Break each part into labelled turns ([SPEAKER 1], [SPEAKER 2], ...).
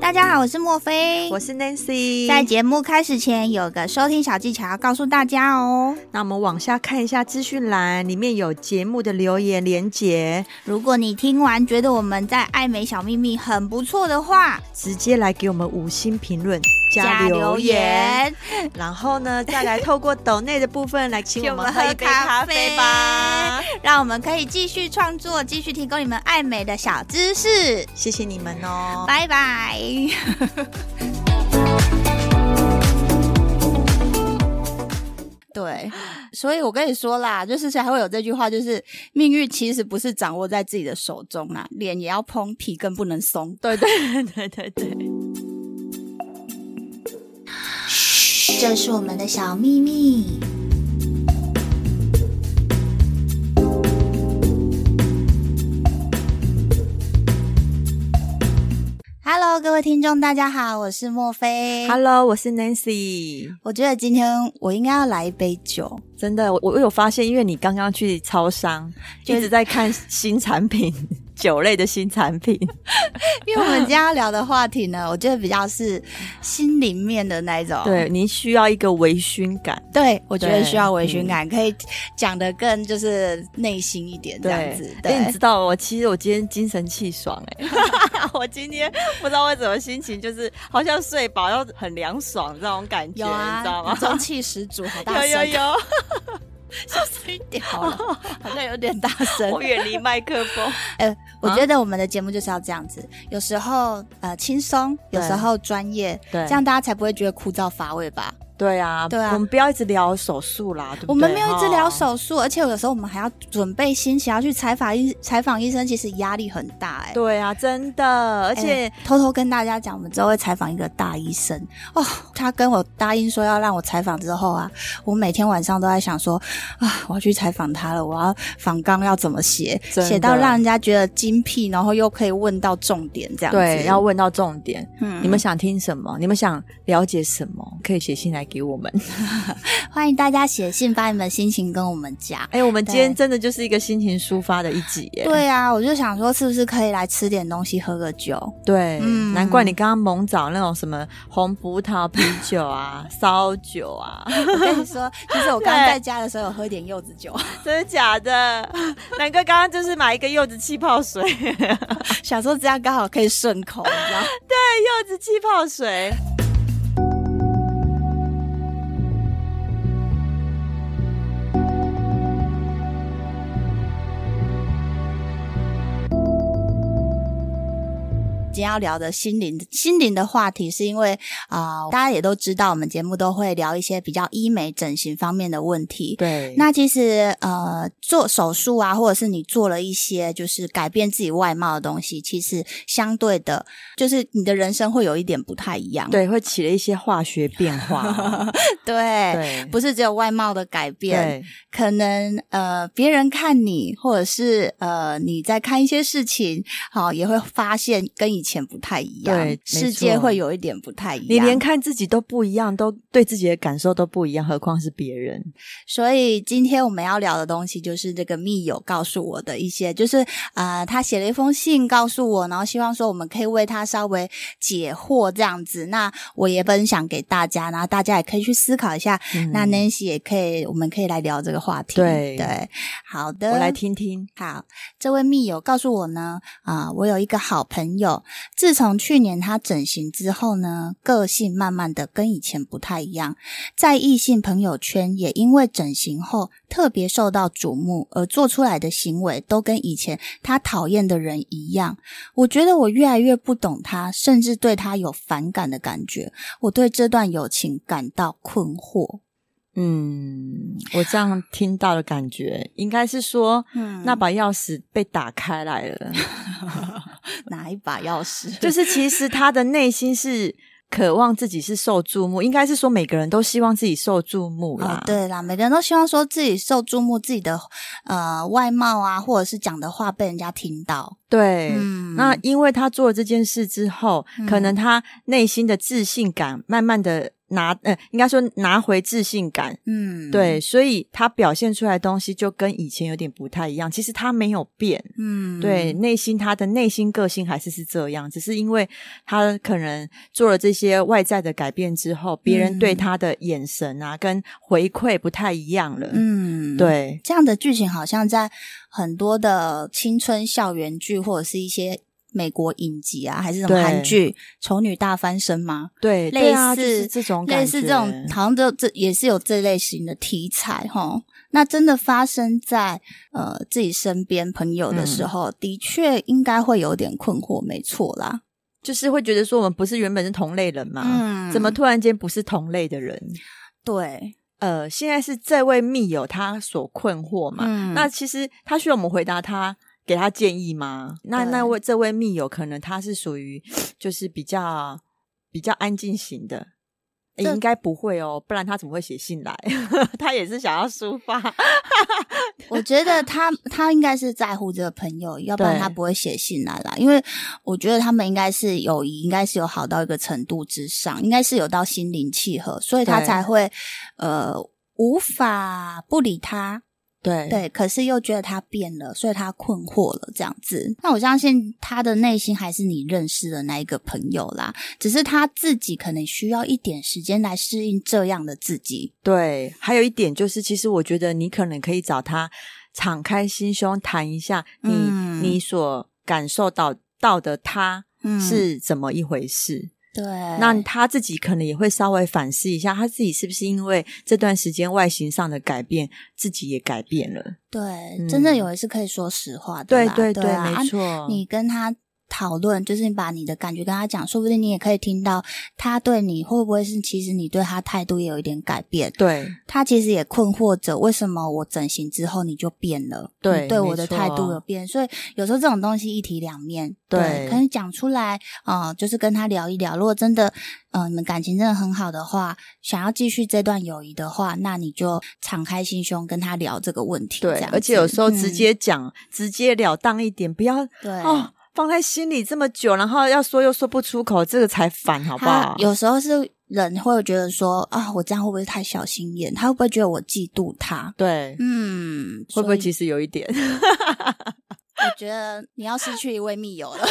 [SPEAKER 1] 大家好，我是莫菲。
[SPEAKER 2] 我是 Nancy。
[SPEAKER 1] 在节目开始前有个收听小技巧要告诉大家哦。
[SPEAKER 2] 那我们往下看一下资讯栏，里面有节目的留言连结，
[SPEAKER 1] 如果你听完觉得我们在爱美小秘密很不错的话，
[SPEAKER 2] 直接来给我们五星评论加留言，，然后呢，再来透过抖内的部分来请我们喝一杯咖啡吧。
[SPEAKER 1] 让我们可以继续创作，继续提供你们爱美的小知识。
[SPEAKER 2] 谢谢你们 哦。
[SPEAKER 1] 拜拜。
[SPEAKER 3] 对，所以我跟你说啦，就是才会有这句话，就是命运其实不是掌握在自己的手中啦，脸也要嘭，皮更不能松。对 对，
[SPEAKER 2] 对对对，
[SPEAKER 1] 这是我们的小秘密。Hello，各位听众，大家好，我是莫菲。
[SPEAKER 2] Hello，我是 Nancy。
[SPEAKER 3] 我觉得今天我应该要来一杯 酒，
[SPEAKER 2] 真的，我我有发现，因为你刚刚去超商，
[SPEAKER 3] 就
[SPEAKER 2] 一直在看新产 品，酒类的新产品。
[SPEAKER 3] 因为我们 今天要聊的话题呢，我觉得比较是心里面的那一种。
[SPEAKER 2] 对，您需要一个微醺感。
[SPEAKER 3] 对，我觉得
[SPEAKER 2] 对嗯
[SPEAKER 3] 需要微醺感，可以讲的更就是内心一点这样子。
[SPEAKER 2] 哎、你知道我其实我今天精神气爽哎、 我今天不知道为什么心情就是好像睡饱，然后很凉爽这种感觉，
[SPEAKER 3] 有啊，
[SPEAKER 2] 你知道吗？
[SPEAKER 3] 中气十足，好大
[SPEAKER 2] 有
[SPEAKER 3] 声，
[SPEAKER 2] 有有，
[SPEAKER 3] 小声一点好了， 好像有点大声。
[SPEAKER 2] 我啊远离麦克风。
[SPEAKER 3] 呃，我
[SPEAKER 2] 啊
[SPEAKER 3] 觉得我们的节目就是要这样子，有时候呃轻松，有时候专业，
[SPEAKER 2] 对
[SPEAKER 3] 这样大家才不会觉得枯燥乏味吧？
[SPEAKER 2] 对啊，
[SPEAKER 3] 对啊
[SPEAKER 2] 我们不要一直聊手术啦，对不对？
[SPEAKER 3] 我们没有一直聊
[SPEAKER 2] 哈
[SPEAKER 3] 手术，而且有时候我们还要准备心情要去采访医采访医生，其实压力很大哎、
[SPEAKER 2] 对啊，真的，而
[SPEAKER 3] 而
[SPEAKER 2] 且、
[SPEAKER 3] 偷偷跟大家讲，我们之后会采访一个大医生哦。他跟我答应说要让我采访之后啊，我每天晚上都在想说啊，我要去采访他了，我要访纲要怎么写，
[SPEAKER 2] 真的
[SPEAKER 3] 写到让人家觉得精辟，然后又可以问到重点这样子。
[SPEAKER 2] 对要问到重点。
[SPEAKER 3] 嗯
[SPEAKER 2] 你们想听什么？你们想了解什么？可以写信来给我们。
[SPEAKER 3] 欢迎大家写信，把你们的心情跟我们讲。
[SPEAKER 2] 哎、我们今
[SPEAKER 3] 对
[SPEAKER 2] 天真的就是一个心情抒发的一集耶。
[SPEAKER 3] 对啊，我就想说，是不是可以来吃点东西，喝个酒？
[SPEAKER 2] 对，
[SPEAKER 3] 嗯
[SPEAKER 2] 难怪你刚刚猛找那种什么红葡萄啤酒啊、 烧酒啊，
[SPEAKER 3] 我跟你说，其实我刚
[SPEAKER 2] 对
[SPEAKER 3] 在家的时候有喝点柚子酒，
[SPEAKER 2] 真的假的？南哥刚刚就是买一个柚子气泡水，
[SPEAKER 3] 想说这样刚好可以顺口，你知道？
[SPEAKER 2] 柚子气泡水。
[SPEAKER 3] 今天要聊的心灵心灵的话题，是因为啊、呃大家也都知道，我们节目都会聊一些比较医美整形方面的问题。
[SPEAKER 2] 对
[SPEAKER 3] 那其实呃，做手术啊，或者是你做了一些就是改变自己外貌的东西，其实相对的，就是你的人生会有一点不太一样。
[SPEAKER 2] 对会起了一些化学变化。 哦
[SPEAKER 3] 对
[SPEAKER 2] 对，
[SPEAKER 3] 不是只有外貌的改变，
[SPEAKER 2] 对
[SPEAKER 3] 可能呃别人看你，或者是呃你在看一些事情，好、也会发现跟以前不太一样，
[SPEAKER 2] 对没
[SPEAKER 3] 世界
[SPEAKER 2] 错
[SPEAKER 3] 会有一点不太一样。
[SPEAKER 2] 你连看自己都不一样，都对自己的感受都不一样，何况是别人？
[SPEAKER 3] 所以今天我们要聊的东西就是这个密友告诉我的一些，就是呃，他写了一封信告诉我，然后希望说我们可以为他稍微解惑这样子。那我也分享给大家，然后大家也可以去思考一下。
[SPEAKER 2] 嗯
[SPEAKER 3] 那 Nancy 也可以，我们可以来聊这个话题。
[SPEAKER 2] 对
[SPEAKER 3] 对，好的，
[SPEAKER 2] 我来听听。
[SPEAKER 3] 好，这位密友告诉我呢，啊、我有一个好朋友，自从去年他整形之后呢，个性慢慢的跟以前不太一样，在异性朋友圈也因为整形后特别受到瞩目，而做出来的行为都跟以前他讨厌的人一样。我觉得我越来越不懂他，甚至对他有反感的感觉。我对这段友情感到困惑。
[SPEAKER 2] 嗯，我这样听到的感觉，应该是说。
[SPEAKER 3] 嗯
[SPEAKER 2] 那把钥匙被打开来了，
[SPEAKER 3] 哪一把钥 匙？
[SPEAKER 2] 就是其实他的内心是渴望自己是受注目，应该是说每个人都希望自己受注目啦。
[SPEAKER 3] 哦，对啦，每个人都希望说自己受注目，自己的呃外貌啊，或者是讲的话被人家听到。
[SPEAKER 2] 对
[SPEAKER 3] 嗯
[SPEAKER 2] 那因为他做了这件事之后，可能他内心的自信感慢慢的拿，呃，应该说拿回自信感。
[SPEAKER 3] 嗯，，
[SPEAKER 2] 对，所以他表现出来的东西就跟以前有点不太一样。其实他没有变，
[SPEAKER 3] 嗯，
[SPEAKER 2] 对，内心他的内心个性还是是这样，只是因为他可能做了这些外在的改变之后，别人对
[SPEAKER 3] 嗯
[SPEAKER 2] 他的眼神啊跟回馈不太一样了。
[SPEAKER 3] 嗯，。
[SPEAKER 2] 对，
[SPEAKER 3] 这样的剧情好像在很多的青春校园剧，或者是一些美国影集啊，还是什么
[SPEAKER 2] 对
[SPEAKER 3] 韩剧《丑女大翻身》吗？
[SPEAKER 2] 对，
[SPEAKER 3] 类
[SPEAKER 2] 对啊就
[SPEAKER 3] 似
[SPEAKER 2] 是这种感
[SPEAKER 3] 类似这种，
[SPEAKER 2] 觉
[SPEAKER 3] 好像这这也是有这类型的题材哈。那真的发生在呃自己身边朋友的
[SPEAKER 2] 嗯
[SPEAKER 3] 时候，的确应该会有点困惑，没错啦。
[SPEAKER 2] 就是会觉得说我们不是原本是同类人嘛，
[SPEAKER 3] 嗯
[SPEAKER 2] 啊怎么突然间不是同类的人？
[SPEAKER 3] 对？
[SPEAKER 2] 呃，现在是这位密友他所困惑嘛？
[SPEAKER 3] 嗯
[SPEAKER 2] 那其实他需要我们回答他，给他建议吗？那
[SPEAKER 3] 对
[SPEAKER 2] 那位这位密友可能他是属于就是比较比较安静型的。诶
[SPEAKER 3] 这
[SPEAKER 2] 应该不会哦，不然他怎么会写信来？ 他也是想要抒发，
[SPEAKER 3] 我觉得他他应该是在乎这个朋友，要不然
[SPEAKER 2] 对
[SPEAKER 3] 他不会写信来啦。因为我觉得他们应该是友谊，应该是有好到一个程度之上，应该是有到心灵契合，所以他
[SPEAKER 2] 对
[SPEAKER 3] 才会呃无法不理他。
[SPEAKER 2] 对
[SPEAKER 3] 对，可是又觉得他变了，所以他困惑了这样子。那我相信他的内心还是你认识的那一个朋友啦，只是他自己可能需要一点时间来适应这样的自己。
[SPEAKER 2] 对，还有一点就是，其实我觉得你可能可以找他敞开心胸谈一下你，
[SPEAKER 3] 嗯
[SPEAKER 2] 你所感受到到的他
[SPEAKER 3] 嗯
[SPEAKER 2] 是怎么一回事。
[SPEAKER 3] 对，
[SPEAKER 2] 那他自己可能也会稍微反思一下，他自己是不是因为这段时间外形上的改变，自己也改变了。
[SPEAKER 3] 对、
[SPEAKER 2] 嗯
[SPEAKER 3] 真正有人是可以说实话的
[SPEAKER 2] 对
[SPEAKER 3] 啦，
[SPEAKER 2] 对
[SPEAKER 3] 对
[SPEAKER 2] 对，
[SPEAKER 3] 啊啊
[SPEAKER 2] 没错。
[SPEAKER 3] 你跟他讨论，就是你把你的感觉跟他讲，说不定你也可以听到他对你会不会是，其实你对他态度也有一点改变。
[SPEAKER 2] 对
[SPEAKER 3] 他其实也困惑着，为什么我整形之后你就变了？
[SPEAKER 2] 对
[SPEAKER 3] 你对我
[SPEAKER 2] 没
[SPEAKER 3] 的
[SPEAKER 2] 错
[SPEAKER 3] 态度有变，所以有时候这种东西一体两面。
[SPEAKER 2] 对
[SPEAKER 3] 可能讲出来，呃，就是跟他聊一聊。如果真的，呃，你们感情真的很好的话，想要继续这段友谊的话，那你就敞开心胸跟他聊这个问题。
[SPEAKER 2] 对
[SPEAKER 3] 这样，
[SPEAKER 2] 而且有时候
[SPEAKER 3] 子嗯
[SPEAKER 2] 直、接讲、直截了当一点，不要
[SPEAKER 3] 嗯、对
[SPEAKER 2] 哦放在心里这么久，然后要说又说不出口，这个才烦，好不
[SPEAKER 3] 他
[SPEAKER 2] 好？
[SPEAKER 3] 有时候是人会觉得说啊，我这样会不会太小心眼？他会不会觉得我嫉妒他？
[SPEAKER 2] 对，
[SPEAKER 3] 嗯，
[SPEAKER 2] 会不
[SPEAKER 3] 所
[SPEAKER 2] 会
[SPEAKER 3] 以
[SPEAKER 2] 其实有一点？
[SPEAKER 3] 我觉得你要失去一位密友了。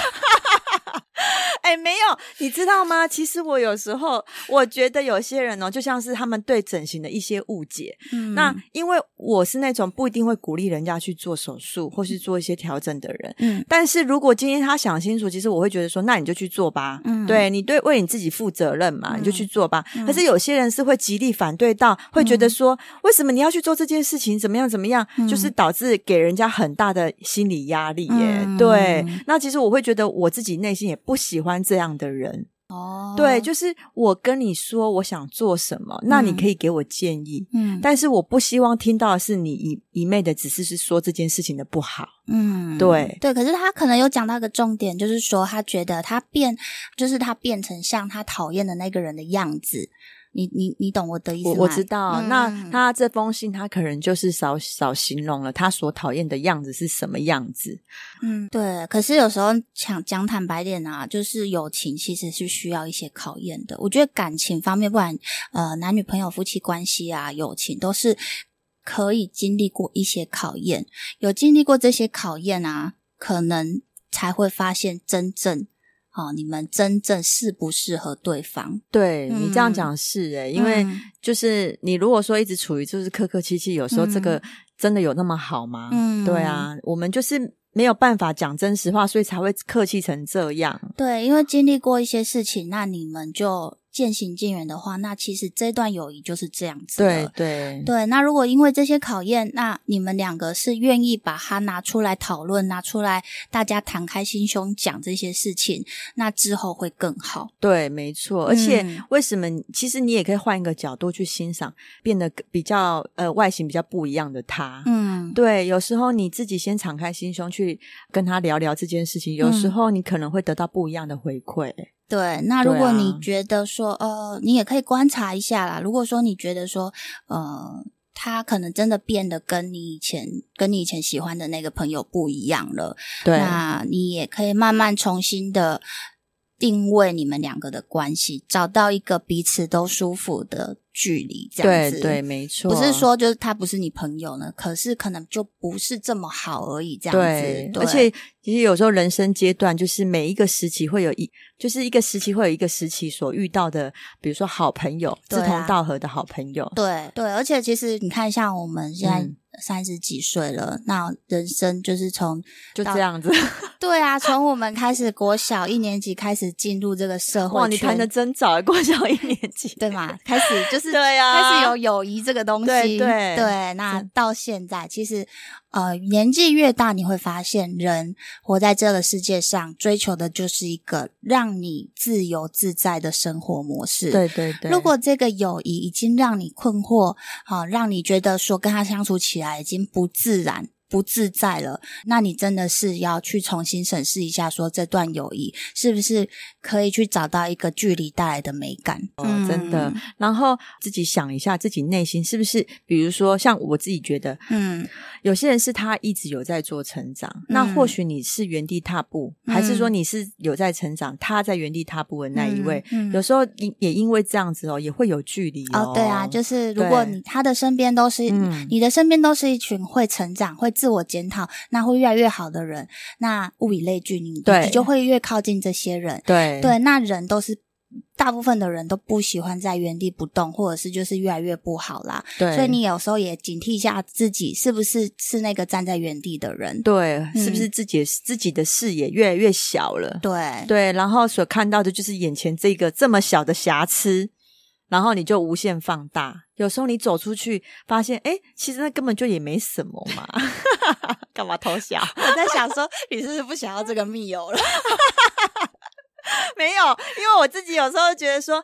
[SPEAKER 2] 哎、没有，你知道吗？其实我有时候我觉得有些人哦，就像是他们对整形的一些误解。
[SPEAKER 3] 嗯
[SPEAKER 2] 那因为我是那种不一定会鼓励人家去做手术或是做一些调整的人。
[SPEAKER 3] 嗯
[SPEAKER 2] 但是如果今天他想清楚，其实我会觉得说，那你就去做吧。
[SPEAKER 3] 嗯
[SPEAKER 2] 对你对为你自己负责任嘛，
[SPEAKER 3] 嗯
[SPEAKER 2] 你就去做吧。
[SPEAKER 3] 嗯
[SPEAKER 2] 可是有些人是会极力反对到，会觉得说，为什么你要去做这件事情？怎么样怎么样？
[SPEAKER 3] 嗯
[SPEAKER 2] 就是导致给人家很大的心理压力耶。
[SPEAKER 3] 嗯
[SPEAKER 2] 对，那其实我会觉得我自己内心也不喜欢这样的人。
[SPEAKER 3] 哦，
[SPEAKER 2] 对，就是我跟你说我想做什么，那你
[SPEAKER 3] 嗯
[SPEAKER 2] 可以给我建议。
[SPEAKER 3] 嗯
[SPEAKER 2] 但是我不希望听到的是你一一昧的只是是说这件事情的不好，
[SPEAKER 3] 嗯
[SPEAKER 2] 对
[SPEAKER 3] 对，可是他可能有讲到一个重点，就是说他觉得他变，就是他变成像他讨厌的那个人的样子。你你你懂我的意思
[SPEAKER 2] 我
[SPEAKER 3] 吗？
[SPEAKER 2] 我知道，啊
[SPEAKER 3] 嗯
[SPEAKER 2] 那他这封信他可能就是少少形容了他所讨厌的样子是什么样子。
[SPEAKER 3] 嗯，对。可是有时候讲讲坦白点啊，就是友情其实是需要一些考验的。我觉得感情方面，不管呃男女朋友、夫妻关系啊，友情都是可以经历过一些考验。有经历过这些考验啊，可能才会发现真正哦，你们真正适不适合对方。
[SPEAKER 2] 对、你这样
[SPEAKER 3] 嗯
[SPEAKER 2] 讲是诶、因为
[SPEAKER 3] 嗯
[SPEAKER 2] 就是你如果说一直处于就是客客气气，有时候这
[SPEAKER 3] 嗯
[SPEAKER 2] 个真的有那么好吗？
[SPEAKER 3] 嗯
[SPEAKER 2] 对啊，我们就是没有办法讲真实话，所以才会客气成这样。
[SPEAKER 3] 对，因为经历过一些事情，那你们就渐行渐远的话，那其实这段友谊就是这样子的。
[SPEAKER 2] 对对
[SPEAKER 3] 对，那如果因为这些考验，那你们两个是愿意把它拿出来讨论，拿出来大家敞开心胸讲这些事情，那之后会更好。
[SPEAKER 2] 对，没错。而且
[SPEAKER 3] 嗯
[SPEAKER 2] 为什么？其实你也可以换一个角度去欣赏，变得比较呃外形比较不一样的他。
[SPEAKER 3] 嗯，
[SPEAKER 2] 对，有时候你自己先敞开心胸去跟他聊聊这件事情，有时
[SPEAKER 3] 嗯
[SPEAKER 2] 候你可能会得到不一样的回馈。
[SPEAKER 3] 对。那如
[SPEAKER 2] 对
[SPEAKER 3] 果
[SPEAKER 2] 啊
[SPEAKER 3] 你觉得说，呃，你也可以观察一下啦。如果说你觉得说，呃，他可能真的变得跟你以前跟你以前喜欢的那个朋友不一样了，
[SPEAKER 2] 对
[SPEAKER 3] 那你也可以慢慢重新的定位你们两个的关系，找到一个彼此都舒服的距离，这样
[SPEAKER 2] 对
[SPEAKER 3] 子。
[SPEAKER 2] 对，没错，
[SPEAKER 3] 不是说就是他不是你朋友呢，可是可能就不是这么好而已，这样
[SPEAKER 2] 对
[SPEAKER 3] 子。，
[SPEAKER 2] 而且其实有时候人生阶段，就是每一个时期会有一，就是一个时期会有一个时期所遇到的，比如说好朋友，
[SPEAKER 3] 对
[SPEAKER 2] 志
[SPEAKER 3] 啊
[SPEAKER 2] 同道合的好朋友，
[SPEAKER 3] 对对，而且其实你看，像我们现在
[SPEAKER 2] 嗯
[SPEAKER 3] 三十几岁了，那人生就是从
[SPEAKER 2] 就
[SPEAKER 3] 到
[SPEAKER 2] 这样子。
[SPEAKER 3] 对啊，从我们开始国小一年级开始进入这个社会
[SPEAKER 2] 哇，你
[SPEAKER 3] 圈
[SPEAKER 2] 谈的真早，啊过小一年级。
[SPEAKER 3] 对嘛？开始就是
[SPEAKER 2] 对啊
[SPEAKER 3] 开始有友谊这个东西。
[SPEAKER 2] 对对
[SPEAKER 3] 对那
[SPEAKER 2] 真
[SPEAKER 3] 到现在，其实呃，年纪越大，你会发现人活在这个世界上，追求的就是一个让你自由自在的生活模式。。
[SPEAKER 2] 对对对，
[SPEAKER 3] 如果这个友谊已经让你困惑，好、让你觉得说跟他相处起来已经不自然、不自在了，那你真的是要去重新审视一下，说这段友谊是不是可以去找到一个距离带来的美感。
[SPEAKER 2] 哦真的然后自己想一下，自己内心是不是，比如说像我自己觉得，
[SPEAKER 3] 嗯，
[SPEAKER 2] 有些人是他一直有在做成长，那或许你是原地踏步，还是说
[SPEAKER 3] 嗯
[SPEAKER 2] 你是有在成长，他在原地踏步的那一位，
[SPEAKER 3] 嗯嗯
[SPEAKER 2] 有时候因也因为这样子哦，也会有距离哦。
[SPEAKER 3] 哦，对啊，就是如果
[SPEAKER 2] 对
[SPEAKER 3] 你他的身边都是、
[SPEAKER 2] 嗯
[SPEAKER 3] 你的身边都是一群会成长、会自我检讨，那会越来越好的人，那物以类聚，你
[SPEAKER 2] 对
[SPEAKER 3] 你就会越靠近这些人。
[SPEAKER 2] 对
[SPEAKER 3] 对，那人都是大部分的人都不喜欢在原地不动，或者是就是越来越不好啦。
[SPEAKER 2] 对，
[SPEAKER 3] 所以你有时候也警惕一下自己，是不是是那个站在原地的人？
[SPEAKER 2] 对
[SPEAKER 3] 嗯
[SPEAKER 2] 是不是自己的自己的视野越来越小了？
[SPEAKER 3] 对
[SPEAKER 2] 对，然后所看到的就是眼前这个这么小的瑕疵，然后你就无限放大。有时候你走出去，发现哎，诶其实那根本就也没什么嘛， 干嘛偷笑？
[SPEAKER 3] 我在想说，你是不是不想要这个密友了？
[SPEAKER 2] 没有，因为我自己有时候觉得说，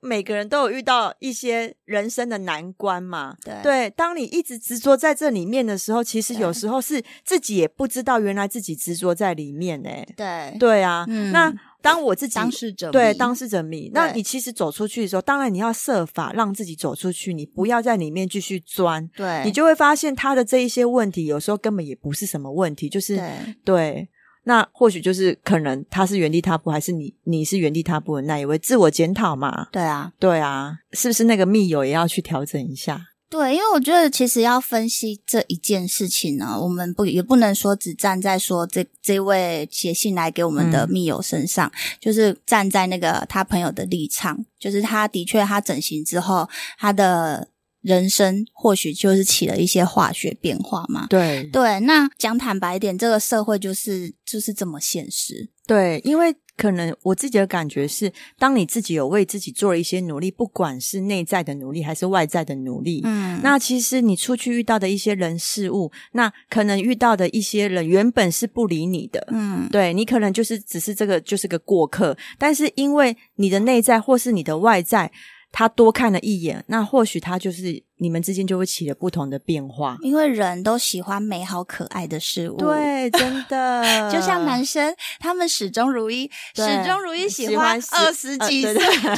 [SPEAKER 2] 每个人都有遇到一些人生的难关嘛。
[SPEAKER 3] 对
[SPEAKER 2] 对，当你一直执着在这里面的时候，其实有时候是自己也不知道原来自己执着在里面哎、
[SPEAKER 3] 对，
[SPEAKER 2] 对啊，
[SPEAKER 3] 嗯
[SPEAKER 2] 那当我自己
[SPEAKER 3] 当事者
[SPEAKER 2] 对
[SPEAKER 3] 迷
[SPEAKER 2] 当事者迷，那
[SPEAKER 3] 对
[SPEAKER 2] 你其实走出去的时候，当然你要设法让自己走出去，你不要在里面继续钻，
[SPEAKER 3] 对
[SPEAKER 2] 你就会发现他的这一些问题，有时候根本也不是什么问题，就是
[SPEAKER 3] 对
[SPEAKER 2] 对那或许就是可能他是原地踏步，还是你你是原地踏步的那一位，自我检讨嘛。
[SPEAKER 3] 对啊，
[SPEAKER 2] 对啊，是不是那个密友也要去调整一下？
[SPEAKER 3] 对，因为我觉得其实要分析这一件事情呢，我们不也不能说只站在说这这位写信来给我们的
[SPEAKER 2] 嗯
[SPEAKER 3] 密友身上，就是站在那个他朋友的立场，就是他的确他整形之后，他的人生或许就是起了一些化学变化嘛。
[SPEAKER 2] 对
[SPEAKER 3] 对，那讲坦白一点，这个社会就是就是这么现实。
[SPEAKER 2] 对，因为可能我自己的感觉是，当你自己有为自己做了一些努力，不管是内在的努力还是外在的努力，
[SPEAKER 3] 嗯
[SPEAKER 2] 那其实你出去遇到的一些人事物，那可能遇到的一些人原本是不理你的，
[SPEAKER 3] 嗯，
[SPEAKER 2] 对你可能就是只是这个就是个过客，但是因为你的内在或是你的外在，他多看了一眼，那或许他就是你们之间就会起了不同的变化。
[SPEAKER 3] 因为人都喜欢美好可爱的事物。。
[SPEAKER 2] 对，真 的，
[SPEAKER 3] 就像男生，他们始终如一，
[SPEAKER 2] 对
[SPEAKER 3] 始终如一喜
[SPEAKER 2] 喜
[SPEAKER 3] 欢
[SPEAKER 2] 欢十呃
[SPEAKER 3] 二十几岁，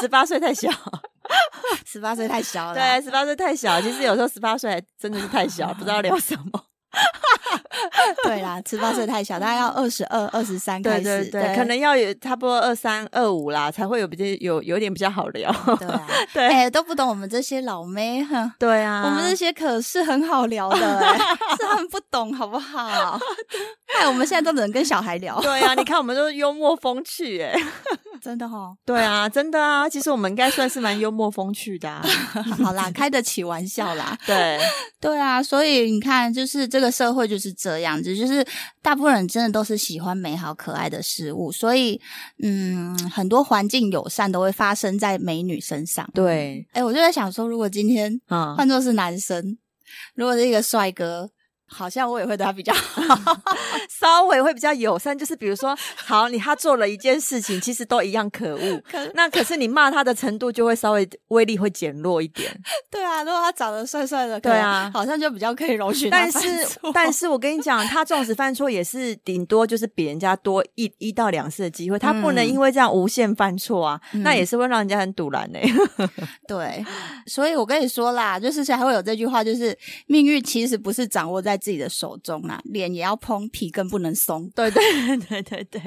[SPEAKER 2] 十八岁太小，
[SPEAKER 3] 十八岁太小了。
[SPEAKER 2] 对，，十八岁太小。其实有时候十八岁真的是太小，不知道聊什么。
[SPEAKER 3] 对啦，十八岁太小，大概要二十二、二十三开
[SPEAKER 2] 对
[SPEAKER 3] 始，
[SPEAKER 2] 对对，可能要有差不多二三二五啦，才会有比较有有点比较好聊。
[SPEAKER 3] 对啊，
[SPEAKER 2] 对
[SPEAKER 3] 哎、都不懂我们这些老妹，哼，
[SPEAKER 2] 对啊
[SPEAKER 3] 我们 这些可是很好聊的、哎是他们不懂好不 好？哎，我们现在都只能跟小孩聊，
[SPEAKER 2] 对啊，你看我们都是幽默风趣哎、
[SPEAKER 3] 真的哦。
[SPEAKER 2] 对啊，真的啊，其实我们应该算是蛮幽默风趣的、 啊。
[SPEAKER 3] 好啦，开得起玩笑啦。
[SPEAKER 2] 对，
[SPEAKER 3] 对啊，所以你看，就是这个社会就是这样子，就是大部分人真的都是喜欢美好可爱的事物，所以嗯，很多环境友善都会发生在美女身上。
[SPEAKER 2] 对，
[SPEAKER 3] 哎、我就在想说，如果今天
[SPEAKER 2] 啊、
[SPEAKER 3] 换作是男生，如果是一个帅哥，好像我也会对他比较 好。
[SPEAKER 2] 稍微会比较友善，就是比如说，好，你他做了一件事情，其实都一样可恶，那可是你骂他的程度就会稍微威力会减弱一点。
[SPEAKER 3] 对啊，如果他长得帅帅的，
[SPEAKER 2] 对啊
[SPEAKER 3] 可能好像就比较可以容许他
[SPEAKER 2] 但
[SPEAKER 3] 犯
[SPEAKER 2] 是
[SPEAKER 3] 错。，
[SPEAKER 2] 但是我跟你讲，他纵使犯错，也是顶多就是比人家多一一到两次的机会，他不能
[SPEAKER 3] 嗯
[SPEAKER 2] 因为这样无限犯错啊，那也是会让人家很堵然呢、
[SPEAKER 3] 对，所以我跟你说啦，就是才会有这句话，就是命运其实不是啊掌握在自己的手中啦，脸也要嘭，皮更不能松。
[SPEAKER 2] 对对对对对。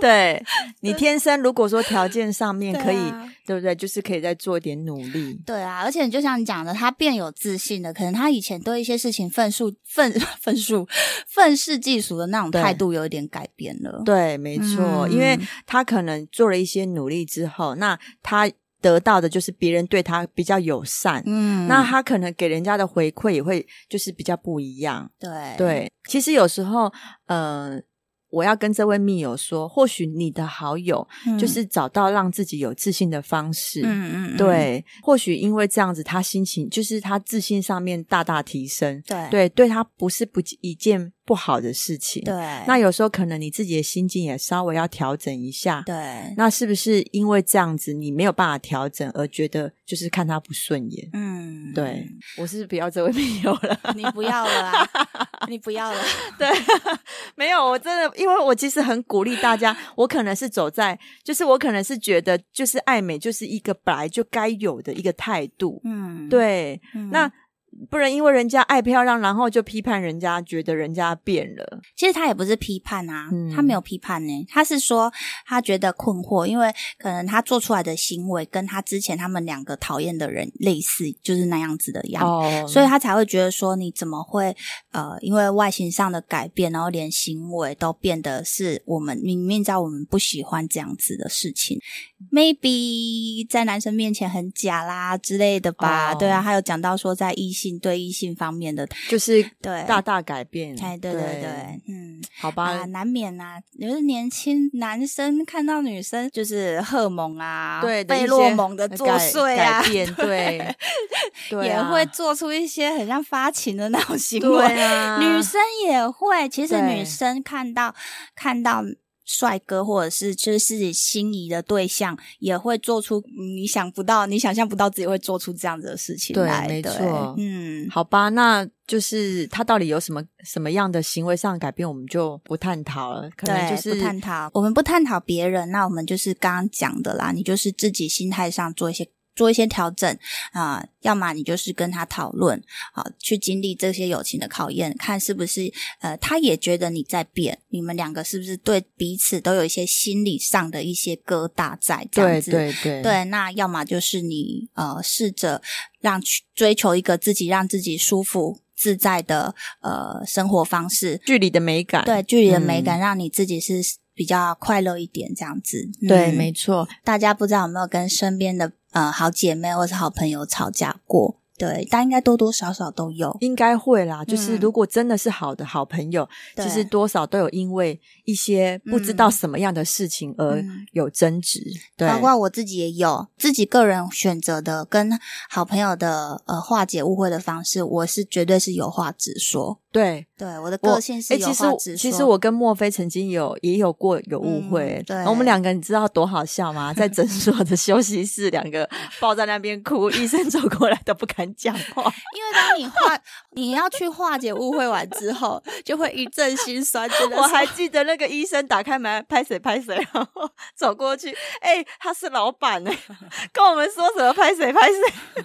[SPEAKER 2] 对你天生如果说条件上面可以，
[SPEAKER 1] 对啊
[SPEAKER 2] 对不对？就是可以再做一点努力。
[SPEAKER 3] 对啊，而且就像你讲的，他变有自信了。可能他以前对一些事情愤世 愤愤世愤世嫉俗的那种
[SPEAKER 2] 对
[SPEAKER 3] 态度有一点改变了。
[SPEAKER 2] 对，没错，
[SPEAKER 3] 哦嗯
[SPEAKER 2] 因为他可能做了一些努力之后，那他得到的就是别人对他比较友善，
[SPEAKER 3] 嗯，
[SPEAKER 2] 那他可能给人家的回馈也会就是比较不一样。
[SPEAKER 3] 对
[SPEAKER 2] 对，其实有时候，呃，我要跟这位密友说，或许你的好友
[SPEAKER 3] 嗯
[SPEAKER 2] 就是找到让自己有自信的方式。
[SPEAKER 3] 嗯嗯嗯
[SPEAKER 2] 对，或许因为这样子，他心情就是他自信上面大大提升。
[SPEAKER 3] 对
[SPEAKER 2] 对，对他不是不一件不好的事情。
[SPEAKER 3] 对，
[SPEAKER 2] 那有时候可能你自己的心境也稍微要调整一下。
[SPEAKER 3] 对
[SPEAKER 2] 那是不是因为这样子你没有办法调整，而觉得就是看他不顺眼？
[SPEAKER 3] 嗯
[SPEAKER 2] 对，我是不要这位密友了。
[SPEAKER 3] 你不要了 啊，你不要了，
[SPEAKER 2] 对，没有，我真的，因为我其实很鼓励大家，我可能是走在，就是我可能是觉得，就是爱美就是一个本来就该有的一个态度，
[SPEAKER 3] 嗯，
[SPEAKER 2] 对，
[SPEAKER 3] 嗯
[SPEAKER 2] 那。不能因为人家爱漂亮，然后就批判人家，觉得人家变了。
[SPEAKER 3] 其实他也不是批判啊，
[SPEAKER 2] 嗯
[SPEAKER 3] 他没有批判呢、他是说他觉得困惑，因为可能他做出来的行为跟他之前他们两个讨厌的人类似，就是那样子的样子。
[SPEAKER 2] 哦
[SPEAKER 3] 所以他才会觉得说，你怎么会呃，因为外形上的改变，然后连行为都变得是我们明明知道我们不喜欢这样子的事情，maybe 在男生面前很假啦之类的吧？
[SPEAKER 2] 哦
[SPEAKER 3] 对啊，他有讲到说在异性对异性方面的，
[SPEAKER 2] 就是
[SPEAKER 3] 对
[SPEAKER 2] 大大改变。
[SPEAKER 3] 哎，对对对，嗯。
[SPEAKER 2] 好
[SPEAKER 3] 啊，
[SPEAKER 2] 吧，
[SPEAKER 3] 难免啊，就是年轻男生看到女生，就是荷尔蒙啊，
[SPEAKER 2] 对的
[SPEAKER 3] 贝
[SPEAKER 2] 一
[SPEAKER 3] 洛
[SPEAKER 2] 些呃
[SPEAKER 3] 蒙的作
[SPEAKER 2] 改
[SPEAKER 3] 祟啊
[SPEAKER 2] 改，变 对，对
[SPEAKER 3] 也
[SPEAKER 2] 啊
[SPEAKER 3] 会做出一些很像发情的那种行为。
[SPEAKER 2] 对 啊，
[SPEAKER 3] 女生也会，其实
[SPEAKER 2] 对
[SPEAKER 3] 女生看到看到帅哥或者是就是自己心仪的对象，也会做出嗯你想不到、你想象不到自己会做出这样子的事情
[SPEAKER 2] 对
[SPEAKER 3] 来。
[SPEAKER 2] 没
[SPEAKER 3] 对
[SPEAKER 2] 错
[SPEAKER 3] 嗯，
[SPEAKER 2] 好吧，那就是他到底有什么什么样的行为上的改变，我们就不探讨了。可能
[SPEAKER 3] 对，
[SPEAKER 2] 就是
[SPEAKER 3] 不探讨，我们不探讨别人，那我们就是刚刚讲的啦，你就是自己心态上做一些。做一些调整啊、要么你就是跟他讨论，好、去经历这些友情的考验，看是不是呃，他也觉得你在变，你们两个是不是对彼此都有一些心理上的一些疙瘩在这样
[SPEAKER 2] 对
[SPEAKER 3] 子？
[SPEAKER 2] 对对
[SPEAKER 3] 对，那要么就是你呃，试着让去追求一个自己让自己舒服自在的呃生活方式，
[SPEAKER 2] 距离的美感，嗯
[SPEAKER 3] 对距离的美感，让你自己是比较快乐一点，这样子。嗯
[SPEAKER 2] 对，没错，
[SPEAKER 3] 大家不知道有没有跟身边的呃好姐妹或是好朋友吵架过？对，大家应该多多少少都有。
[SPEAKER 2] 应该会啦。就是
[SPEAKER 3] 嗯
[SPEAKER 2] 如果真的是好的好朋友，
[SPEAKER 3] 对
[SPEAKER 2] 其实多少都有因为一些不知道什么样的事情而
[SPEAKER 3] 嗯
[SPEAKER 2] 有争执，对，
[SPEAKER 3] 包括我自己也有自己个人选择的跟好朋友的呃化解误会的方式，我是绝对是有话直说。
[SPEAKER 2] 对。
[SPEAKER 3] 对，我的
[SPEAKER 2] 我
[SPEAKER 3] 个性是
[SPEAKER 2] 诶
[SPEAKER 3] 有
[SPEAKER 2] 其实
[SPEAKER 3] 话
[SPEAKER 2] 我
[SPEAKER 3] 直说。
[SPEAKER 2] 其实我跟墨菲曾经有也有过有误
[SPEAKER 3] 嗯
[SPEAKER 2] 会，
[SPEAKER 3] 对
[SPEAKER 2] 然后我们两个你知道多好笑吗？在诊所的休息室，两个抱在那边哭，医生走过来都不敢讲
[SPEAKER 3] 因
[SPEAKER 2] 话。
[SPEAKER 3] 为当你化 你要去化解误会完之后，就会一阵心酸，真的
[SPEAKER 2] 我
[SPEAKER 3] 是
[SPEAKER 2] 还记得那个医生打开门拍谁拍谁，然后走过去，哎、他是老板哎、跟我们说什么拍谁拍谁，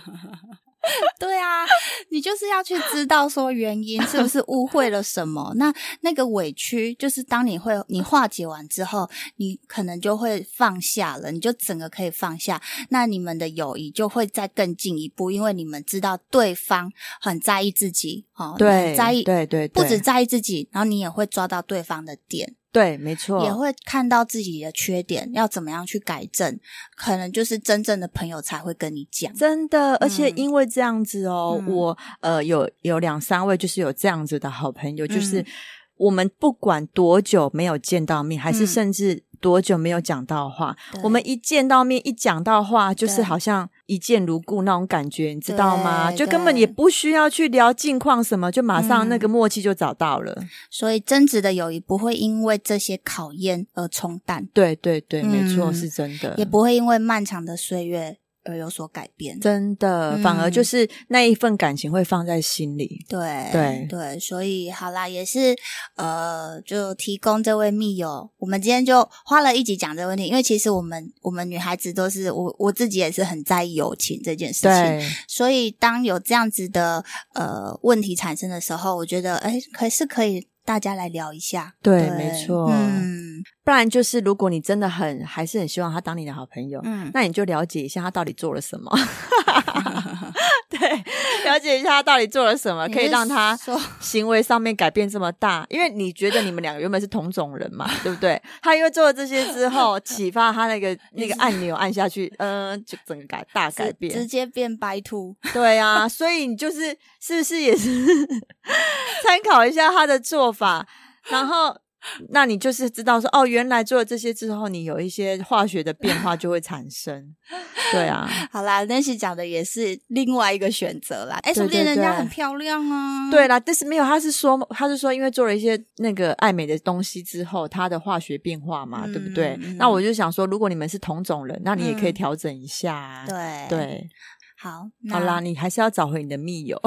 [SPEAKER 3] 对啊，你就是要去知道说原因是不是误会了什么。那那个委屈，就是当你会你化解完之后，你可能就会放下了，你就整个可以放下。那你们的友谊就会再更进一步，因为你们知道对方很在意自己，哦，很在意。
[SPEAKER 2] 对对，
[SPEAKER 3] 不止在意自己，然后你也会抓到对方的点，
[SPEAKER 2] 对，没错，
[SPEAKER 3] 也会看到自己的缺点，要怎么样去改正，可能就是真正的朋友才会跟你讲。
[SPEAKER 2] 真的，而且
[SPEAKER 3] 嗯
[SPEAKER 2] 因为这样子哦，
[SPEAKER 3] 嗯
[SPEAKER 2] 我呃有有两三位就是有这样子的好朋友，就是
[SPEAKER 3] 嗯
[SPEAKER 2] 我们不管多久没有见到面，还是
[SPEAKER 3] 嗯
[SPEAKER 2] 甚至多久没有讲到话，
[SPEAKER 3] 对
[SPEAKER 2] 我们一见到面一讲到话，就是
[SPEAKER 3] 对
[SPEAKER 2] 好像一见如故那种感觉，你知道吗？
[SPEAKER 3] 对
[SPEAKER 2] 就根本
[SPEAKER 3] 对
[SPEAKER 2] 也不需要去聊近况什么，就马上
[SPEAKER 3] 嗯
[SPEAKER 2] 那个默契就找到了。
[SPEAKER 3] 所以真挚的友谊不会因为这些考验而冲淡，
[SPEAKER 2] 对对对，没错，
[SPEAKER 3] 嗯
[SPEAKER 2] 是真的，
[SPEAKER 3] 也不会因为漫长的岁月而有所改变。
[SPEAKER 2] 真的，反而
[SPEAKER 3] 嗯
[SPEAKER 2] 就是那一份感情会放在心里。
[SPEAKER 3] 对
[SPEAKER 2] 对
[SPEAKER 3] 对，所以好啦，也是呃，就提供这位密友，我们今天就花了一集讲这个问题，因为其实我们我们女孩子都是我我自己也是很在意友情这件事情，
[SPEAKER 2] 对，
[SPEAKER 3] 所以当有这样子的呃问题产生的时候，我觉得哎，可是可以。大家来聊一下。
[SPEAKER 2] 对没错
[SPEAKER 3] 嗯
[SPEAKER 2] 不然就是如果你真的很还是很希望他当你的好朋友，
[SPEAKER 3] 嗯，
[SPEAKER 2] 那你就了解一下他到底做 了什么。对，了解一下他到底做了什么，呃可以让他
[SPEAKER 3] 你是说
[SPEAKER 2] 行为上面改变这么大，因为你觉得你们两个原本是同种 人嘛，对不对？他因为做了这些之后，启发他那个那个按钮按下去，嗯、就整个改大改
[SPEAKER 3] 直直
[SPEAKER 2] 变。
[SPEAKER 3] 接变白兔，
[SPEAKER 2] 对啊，所以你就是是不是也是 参考一下他的做法，然后。那你就是知道说哦，原来做了这些之后，你有一些化学的变化就会产生，对啊，
[SPEAKER 3] 好啦，Nancy 讲的也是另外一个选择啦。哎，说不定
[SPEAKER 2] 对
[SPEAKER 3] 人家
[SPEAKER 2] 对
[SPEAKER 3] 很漂亮啊。
[SPEAKER 2] 对啦，但是没有，他是说，他是说，因为做了一些那个爱美的东西之后，它的化学变化嘛，对不对
[SPEAKER 3] 嗯嗯？
[SPEAKER 2] 那我就想说，如果你们是同种人，那你也可以
[SPEAKER 3] 嗯
[SPEAKER 2] 调整一下、啊
[SPEAKER 3] 对，
[SPEAKER 2] 对，
[SPEAKER 3] 好，
[SPEAKER 2] 好啦，
[SPEAKER 3] 那
[SPEAKER 2] 你还是要找回你的密友。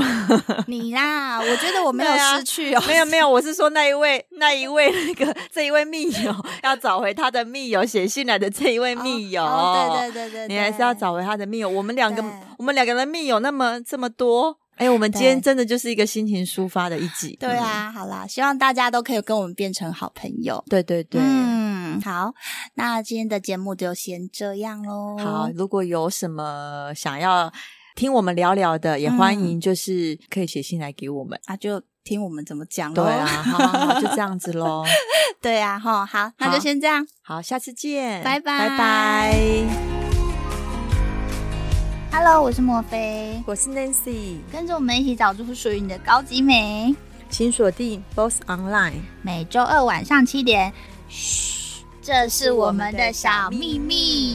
[SPEAKER 3] 你啦，我觉得我没有
[SPEAKER 2] 对啊
[SPEAKER 3] 失去哦，
[SPEAKER 2] 没有没有，我是说那一位那一位那个这一位密友 要找回他的密友，写信来的这一位
[SPEAKER 3] 哦
[SPEAKER 2] 密友。
[SPEAKER 3] 哦对对对对，
[SPEAKER 2] 你还是要找回他的密友。我们两个
[SPEAKER 3] 对，
[SPEAKER 2] 我们两个人密友那么这么多，哎，我们今天真的就是一个心情抒发的一集。
[SPEAKER 3] 对啊，好啦，希望大家都可以跟我们变成好朋友
[SPEAKER 2] 嗯，。对对对。
[SPEAKER 3] 嗯，好，那今天的节目就先这样喽。
[SPEAKER 2] 好，如果有什么想要听我们聊聊的，也欢迎
[SPEAKER 3] 嗯
[SPEAKER 2] 就是可以写信来给我们。
[SPEAKER 3] 那啊就听我们怎么讲咯
[SPEAKER 2] 对啊，，好好好，就这样子喽。
[SPEAKER 3] 对啊，哈，好，那就
[SPEAKER 2] 好
[SPEAKER 3] 先这样。
[SPEAKER 2] 好，下次见，
[SPEAKER 3] 拜拜
[SPEAKER 2] 拜拜。
[SPEAKER 3] Hello，我是莫菲，
[SPEAKER 2] 我是 Nancy，
[SPEAKER 3] 跟着我们一起找出属于你的高级美。
[SPEAKER 2] 请锁定 Boss Online。
[SPEAKER 3] 每周二晚上七点，嘘，这是我们的小秘密。